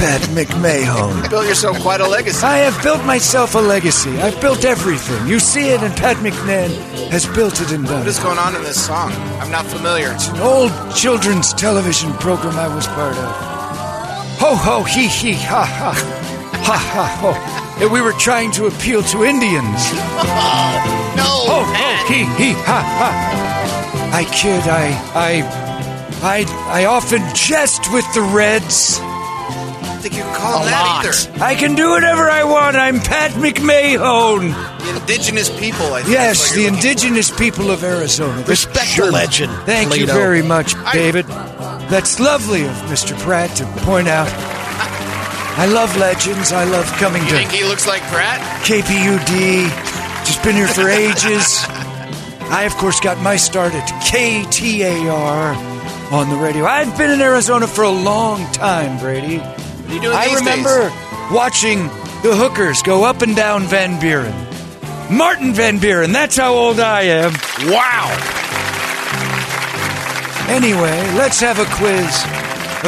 Pat McMahon. Built yourself quite a legacy. I have built myself a legacy. I've built everything. You see it, and Pat McMahon has built it and done What is it. going on in this song? I'm not familiar. It's an old children's television program I was part of. Ho, ho, he, he, ha, ha. Ha, ha, ho. And we were trying to appeal to Indians. No. Oh, Pat. oh, he, he, ha, ha. I kid, I, I, I, I often jest with the Reds. I don't think you can call him that I can do whatever I want. I'm Pat McMahon. either. The indigenous people, I think. Yes, is what the you're looking indigenous people of Arizona. Respect the legend, Thank you Toledo. very much, I- David. That's lovely of Mr. Pratt to point out. I love legends. I love coming You to think he looks like Brett? KPUD. Just been here for ages. I, of course, got my start at KTAR on the radio. I've been in Arizona for a long time, Brady. What are you doing I these remember days? watching the hookers go up and down Van Buren. Martin Van Buren, that's how old I am. Wow. Anyway, let's have a quiz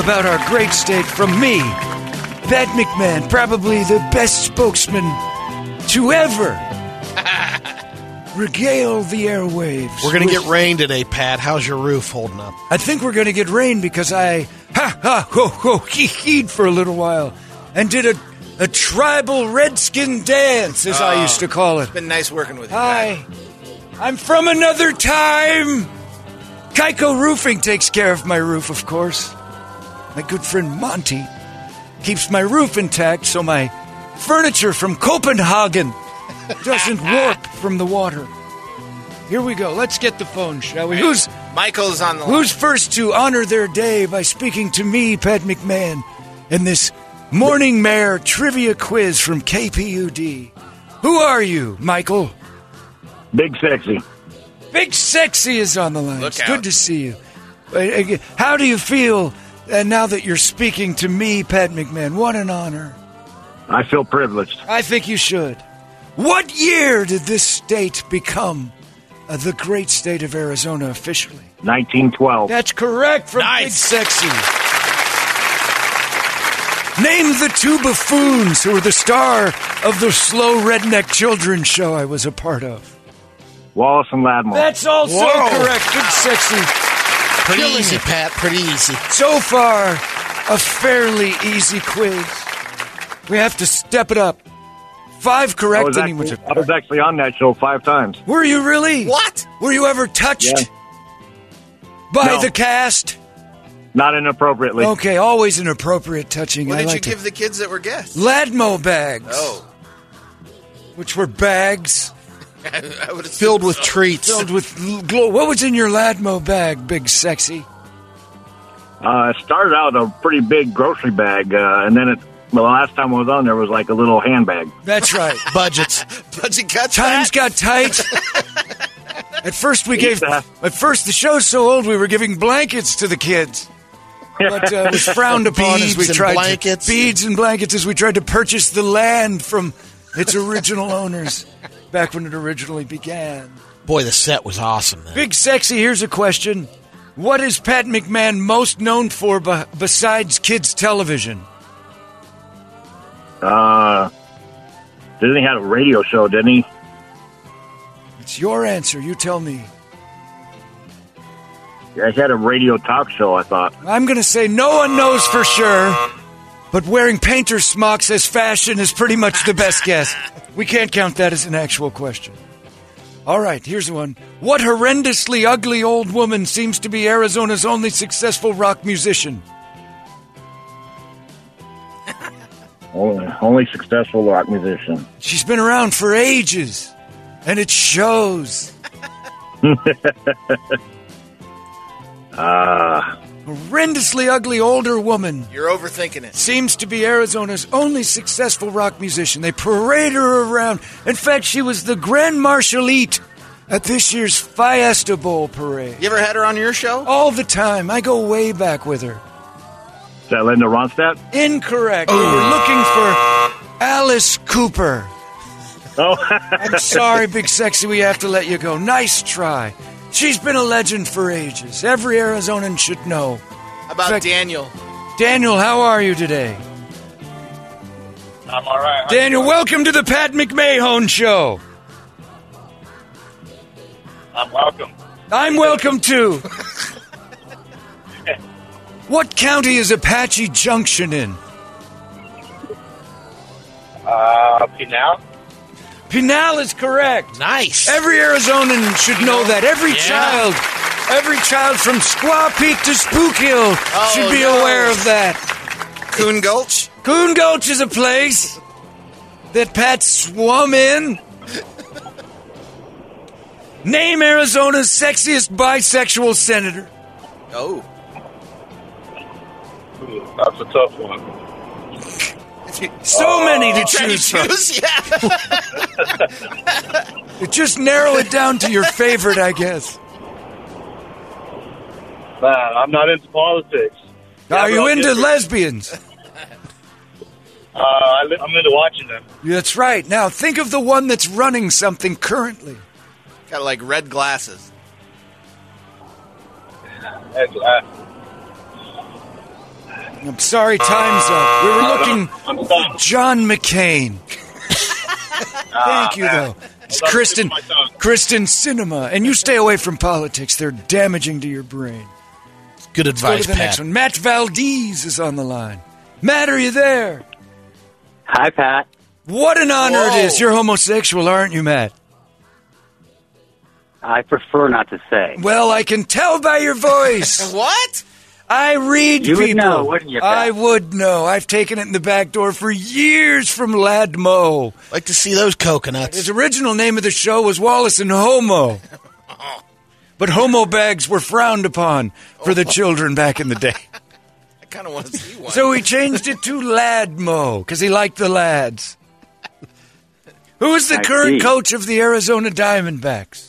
about our great state from me, Pat McMahon, probably the best spokesman to ever regale the airwaves. We're going to with- get rain today, Pat. How's your roof holding up? I think we're going to get rain because I ha ha ho ho hee heed for a little while and did a, a tribal redskin dance, as I used to call it. It's been nice working with you. Pat. Hi, I'm from another time. Kaiko Roofing takes care of my roof, of course. My good friend Monty keeps my roof intact so my furniture from Copenhagen doesn't warp from the water. Here we go. Let's get the phone, shall we? Who's Michael's on the line. Who's first to honor their day by speaking to me, Pat McMahon, in this Morning Mayor trivia quiz from KPUD? Who are you, Michael? Big sexy. Big Sexy is on the line. Look It's out. good to see you. Uh, uh, How do you feel uh, now that you're speaking to me, Pat McMahon? What an honor. I feel privileged. I think you should. What year did this state become uh, the great state of Arizona officially? 1912. That's correct from Nice. Big Sexy. Name the two buffoons who were the star of the slow redneck children's show I was a part of. Wallace and Ladmore. That's also Whoa. correct. Big Sexy. Pretty Killing easy, it. Pat. Pretty easy. So far, a fairly easy quiz. We have to step it up. Five I, correct was and he was actually, a- I was actually on that show five times. Were you really? What? Were you ever touched Yeah. by No. the cast? Not inappropriately. Okay, always inappropriate touching. What I did you liked give it. the kids that were guests? Ladmo bags. Oh, which were bags I would have Filled with treats. filled with l- glow. What was in your Ladmo bag, big sexy? Uh, it started out a pretty big grocery bag, uh, and then it, well, the last time I was on there was like a little handbag. That's right. budgets. budget cuts. Times got tight. At first, we gave. Yeah. At first, the show's so old we were giving blankets to the kids, but uh, it was frowned upon as we Beads and tried blankets. to, beads and blankets as we tried to purchase the land from its original owners back when it originally began. Boy, the set was awesome. Then. Big sexy. Here's a question: What is Pat McMahon most known for be- besides kids television? Uh, Disney had a radio show, didn't he? It's your answer. You tell me. Yeah, he had a radio talk show, I thought. I'm going to say no one knows for sure, but wearing painter's smocks as fashion is pretty much the best guess. We can't count that as an actual question. All right, here's one. What horrendously ugly old woman seems to be Arizona's only successful rock musician? Only, only successful rock musician. She's been around for ages, and it shows. Uh, Ah. Horrendously ugly older woman You're overthinking it. seems to be Arizona's only successful rock musician. They parade her around. In fact, she was the Grand Marshallite at this year's Fiesta Bowl parade. You ever had her on your show? All the time. I go way back with her. is that Linda Ronstadt? Incorrect. We were looking for Alice Cooper. Oh, I'm sorry, Big Sexy, we have to let you go. Nice try. She's been a legend for ages. Every Arizonan should know. Oh, How about Fact- Daniel? Daniel, how are you today? I'm all right. Daniel, welcome to the Pat McMahon Show. I'm welcome. I'm welcome too. what county is Apache Junction in? Uh, now? Pinal is correct. Nice. Every Arizonan should know that. Every child, every child from Squaw Peak to Spook Hill should be no. aware of that. Coon Gulch? Coon Gulch is a place that Pat swum in. Name Arizona's sexiest bisexual senator. Oh. That's a tough one. So many to try to choose, from. choose? Just narrow it down to your favorite, I guess. Man, I'm not into politics. Are but you I'll into get there. lesbians? Uh, I li- I'm into watching them. That's right. Now think of the one that's running something currently. Got like red glasses. That's, uh, I'm sorry, time's up. We were looking for John McCain. Thank you, though. It's Kristen, Kristen Cinema, and you stay away from politics. They're damaging to your brain. Good Let's go advice, to the Pat. next one. Matt Valdez is on the line. Matt, are you there? Hi, Pat. What an honor it is. You're homosexual, aren't you, Matt? I prefer not to say. Well, I can tell by your voice. what? I read You would people. know, wouldn't you, Pat? I would know. I've taken it in the back door for years from Ladmo. Like to see those coconuts. His original name of the show was Wallace and Homo. But homo bags were frowned upon for Oh. the children back in the day. I kind of want to see one. So he changed it to Ladmo because he liked the lads. Who is the I current see. coach of the Arizona Diamondbacks?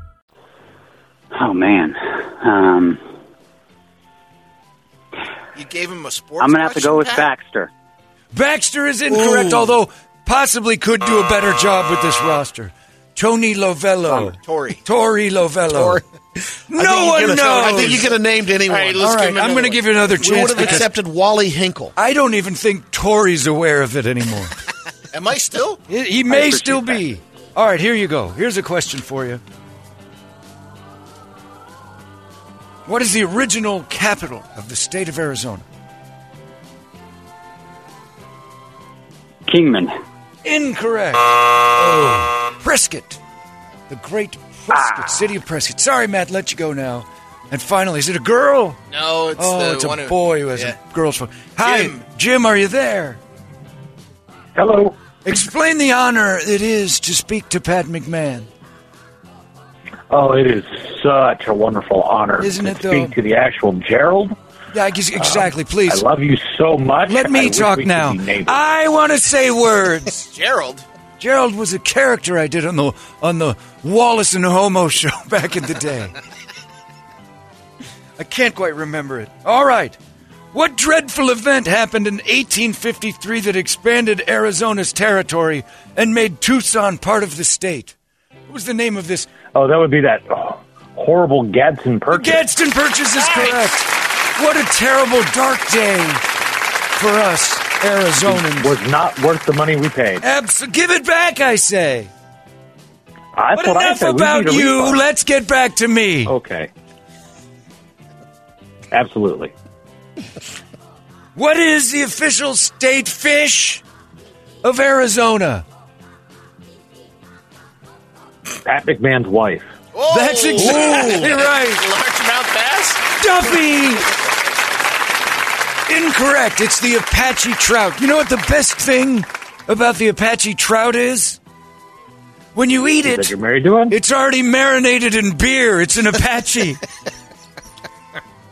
Oh man, um, You gave him a sports. I'm gonna have to go with question, Pat? Baxter. Baxter is incorrect, Ooh. although possibly could do a better job with this roster. Tony Oh. Um, Lovello. Tori. Tori Lovello. No one knows. I think you could have named anyone. All right, I'm going to give you another We chance. would have because accepted Wally Hinkle. I don't even think Tori's aware of it anymore. Am I still? He- He may still be. All right, here you go. Here's a question for you. What is the original capital of the state of Arizona? Kingman. Incorrect. Oh. Prescott. The great Prescott, city of Prescott. Sorry, Matt, let you go now. And finally, is it a girl? No, it's oh, the it's one a who- boy who has a girl's phone. Hi, Jim. are you there? Hello. Explain the honor it is to speak to Pat McMahon. Oh, it is such a wonderful honor Isn't to it, though? speak to the actual Gerald. Um, Yeah, I guess, exactly. Please. I love you so much. Let I me wish talk we could now. be neighbors. I want to say words. Gerald. Gerald was a character I did on the on the Wallace and Homo show back in the day. I can't quite remember it. All right. What dreadful event happened in 1853 that expanded Arizona's territory and made Tucson part of the state? What was the name of this? Oh, that would be that oh, horrible Gadsden purchase. Gadsden Purchase is correct. What a terrible dark day for us Arizonans. was not worth the money we paid. Abs- give it back, I say. That's but what I enough said. We about need a you. refund. Let's get back to me. Okay. Absolutely. What is the official state fish of Arizona? Pat McMahon's wife. That's exactly Ooh. right. Largemouth bass. Duffy. Incorrect. It's the Apache trout. You know what the best thing about the Apache trout is? When you eat Is it, that you're married to him? it's already marinated in beer. It's an Apache.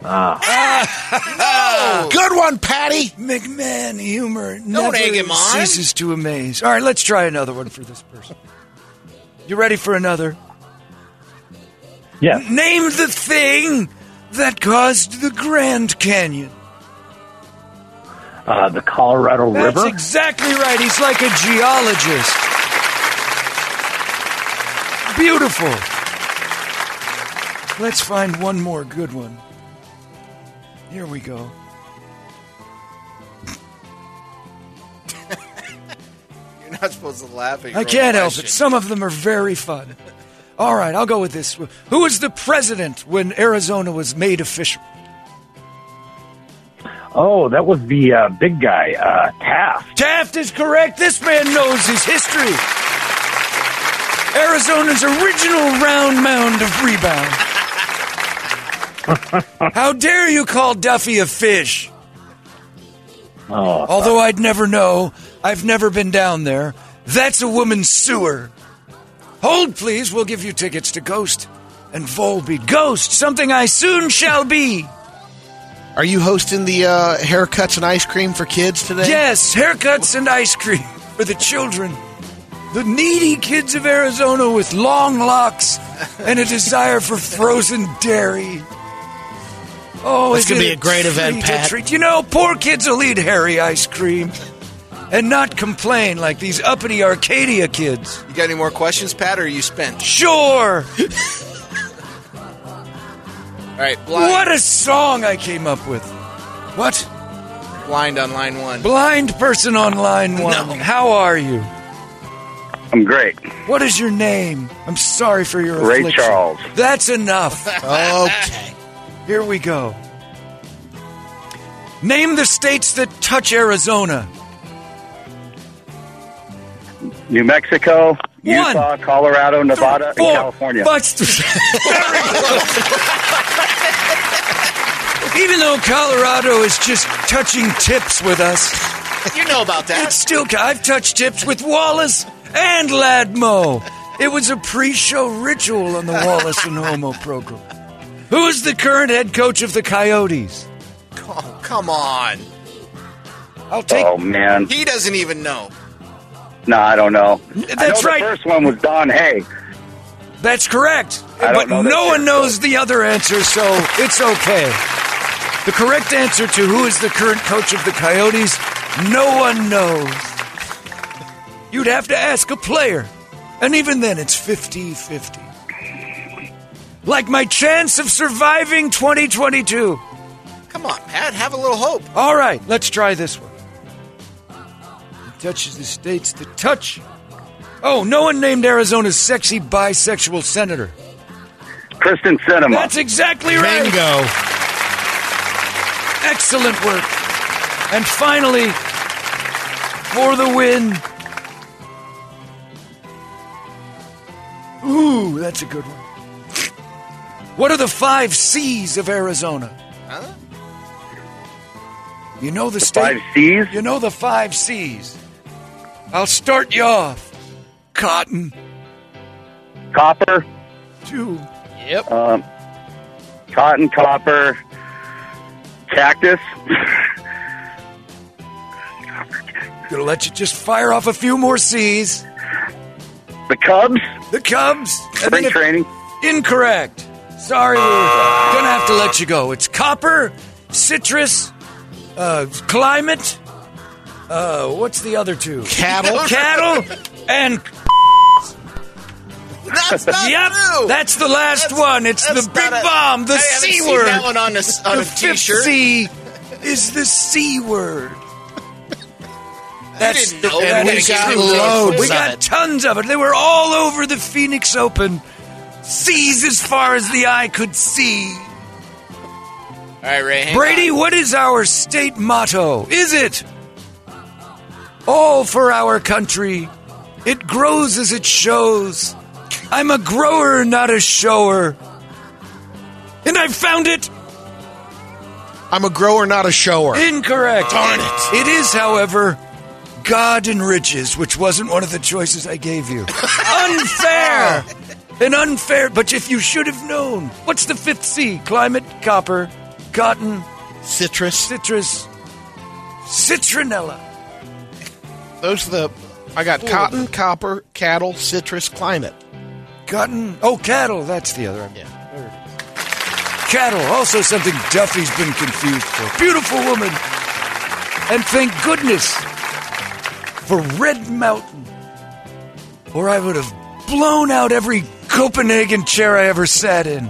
Ah. Ah, Good one, Patty. McMahon humor never egg him on. ceases to amaze. All right, let's try another one for this person. You ready for another? Yeah. Name the thing that caused the Grand Canyon. Uh, the Colorado That's River. exactly right. He's like a geologist. Beautiful. Let's find one more good one. Here we go. You're not supposed to laugh at your I own can't help it. question. Some of them are very fun. All right, I'll go with this. Who was the president when Arizona was made official? Oh, that was the uh, big guy, uh, Taft. Taft is correct. This man knows his history. Arizona's original round mound of rebound. How dare you call Duffy a fish? Although I'd never know, I've never been down there. That's a woman's sewer. Hold, please. We'll give you tickets to Ghost and Volbeat. Ghost, something I soon shall be. Are you hosting the uh, haircuts and ice cream for kids today? Yes, haircuts and ice cream for the children. The needy kids of Arizona with long locks and a desire for frozen dairy. Oh, That's is gonna it be a great event, treat, Pat. treat. You know, poor kids will eat hairy ice cream and not complain like these uppity Arcadia kids. You got any more questions, Pat, or are you spent? Sure. All right, blind. what a song I came up with. What? Blind on line one. Blind person on line one. How are you? I'm great. What is your name? I'm sorry for your Ray affliction. Charles. That's enough. okay. Here we go. Name the states that touch Arizona. New Mexico, Utah, Colorado, Nevada, Four. and California. Even though Colorado is just touching tips with us, you know about that. It's still I've touched tips with Wallace and Ladmo. It was a pre-show ritual on the Wallace and Homo program. Who is the current head coach of the Coyotes? Oh, come on. I'll take. Oh, man. He doesn't even know. No, I don't know. That's I know right. The first one was Don Hay. That's correct. I But don't know that no one knows the other answer, so it's okay. The correct answer to who is the current coach of the Coyotes, no one knows. You'd have to ask a player. And even then, it's 50 50. Like my chance of surviving 2022. Come on, Pat. Have a little hope. All right, let's try this one. It touches the states that touch. Oh, no one named Arizona's sexy bisexual senator. Kristen Cinema. That's exactly right. Bingo. Excellent work. And finally, for the win. Ooh, that's a good one. What are the five C's of Arizona? Huh? You know the, state. Five C's? You know the five C's. I'll start you off. Cotton. Copper. Two. Yep. Um, cotton, copper, cactus. Gonna let you just fire off a few more C's. The Cubs. The Cubs. And Spring then if- training. Incorrect. Sorry, gonna have to let you go. It's copper, citrus, uh, climate. Uh, what's the other two? Cattle. cattle, and That's not yep, true. that's the last one. It's that's the big not a- bomb, the I haven't c seen word. that one on a s- on the a fifth t-shirt. C is the c word. That's didn't know that. is We got true. loads We of got it. tons of it. They were all over the Phoenix Open. C's as far as the eye could see. All right, Ray. hang Brady, on. what is our state motto? Is it all for our country? It grows as it shows. I'm a grower, not a shower. And I found it I'm a grower, not a shower. incorrect. Darn it. It is, however, God and riches, which wasn't one of the choices I gave you. unfair! An unfair, but if you should have known. What's the fifth C? Climate, copper, cotton, Citrus. citrus, citronella. Those are the. I got Four. cotton, copper, cattle, citrus, climate. Cotton. Oh, cattle. That's the other. Yeah. Cattle. Also something Duffy's been confused for. Beautiful woman. And thank goodness for Red Mountain, or I would have blown out every Copenhagen chair I ever sat in.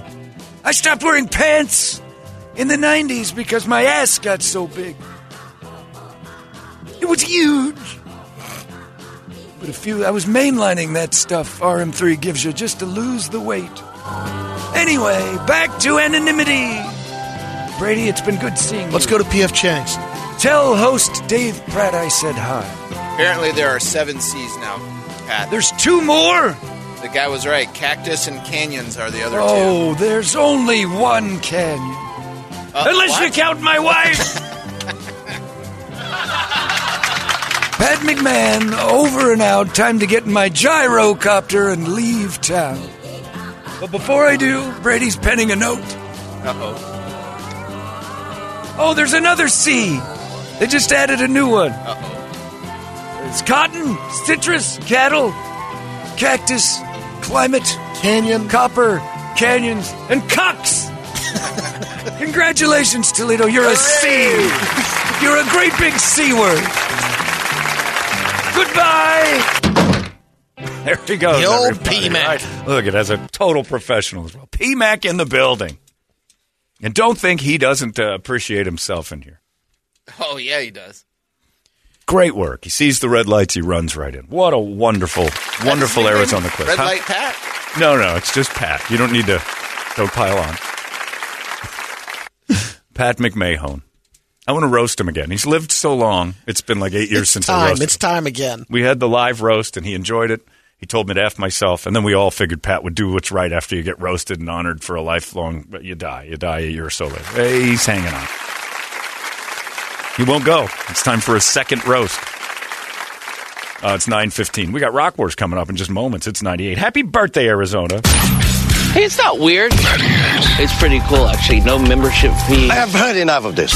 I stopped wearing pants in the 90s because my ass got so big. It was huge. But a few, I was mainlining that stuff RM3 gives you just to lose the weight. Anyway, back to anonymity. Brady, it's been good seeing Let's you. go to PF Chang's. Tell host Dave Pratt I said hi. Apparently, there are seven C's now, Pat. There's two more? The guy was right. Cactus and canyons are the other two. Oh, there's only one canyon. Uh, Unless you what? count my wife. Pat McMahon, over and out. Time to get in my gyrocopter and leave town. But before I do, Brady's penning a note. Uh oh. Oh, there's another C. They just added a new one. Uh oh. It's cotton, citrus, cattle, cactus, climate, canyon, copper, canyons, and cocks. Congratulations, Toledo. You're a C. You're a great big C word. Goodbye. There he goes. The old everybody, P-Mac. right? Look, it has a total professional as well. PMAC in the building. And don't think he doesn't uh, appreciate himself in here. Oh, yeah, he does. Great work. He sees the red lights, he runs right in. What a wonderful, wonderful Arizona clip. Red Huh? light, Pat. No, no, it's just Pat. You don't need to don't pile on. Pat McMahon. I want to roast him again. He's lived so long. It's been like eight years it's since I time. roasted It's time again. we had the live roast and he enjoyed it. He told me to F myself. And then we all figured Pat would do what's right after you get roasted and honored for a lifelong, but you die. You die a year or so later. Hey, he's hanging on. He won't go. It's time for a second roast. Uh, it's 9.15. We got Rock Wars coming up in just moments. It's 98. Happy birthday, Arizona. Hey, it's not weird. It's pretty cool, actually. No membership fee. I have heard enough of this.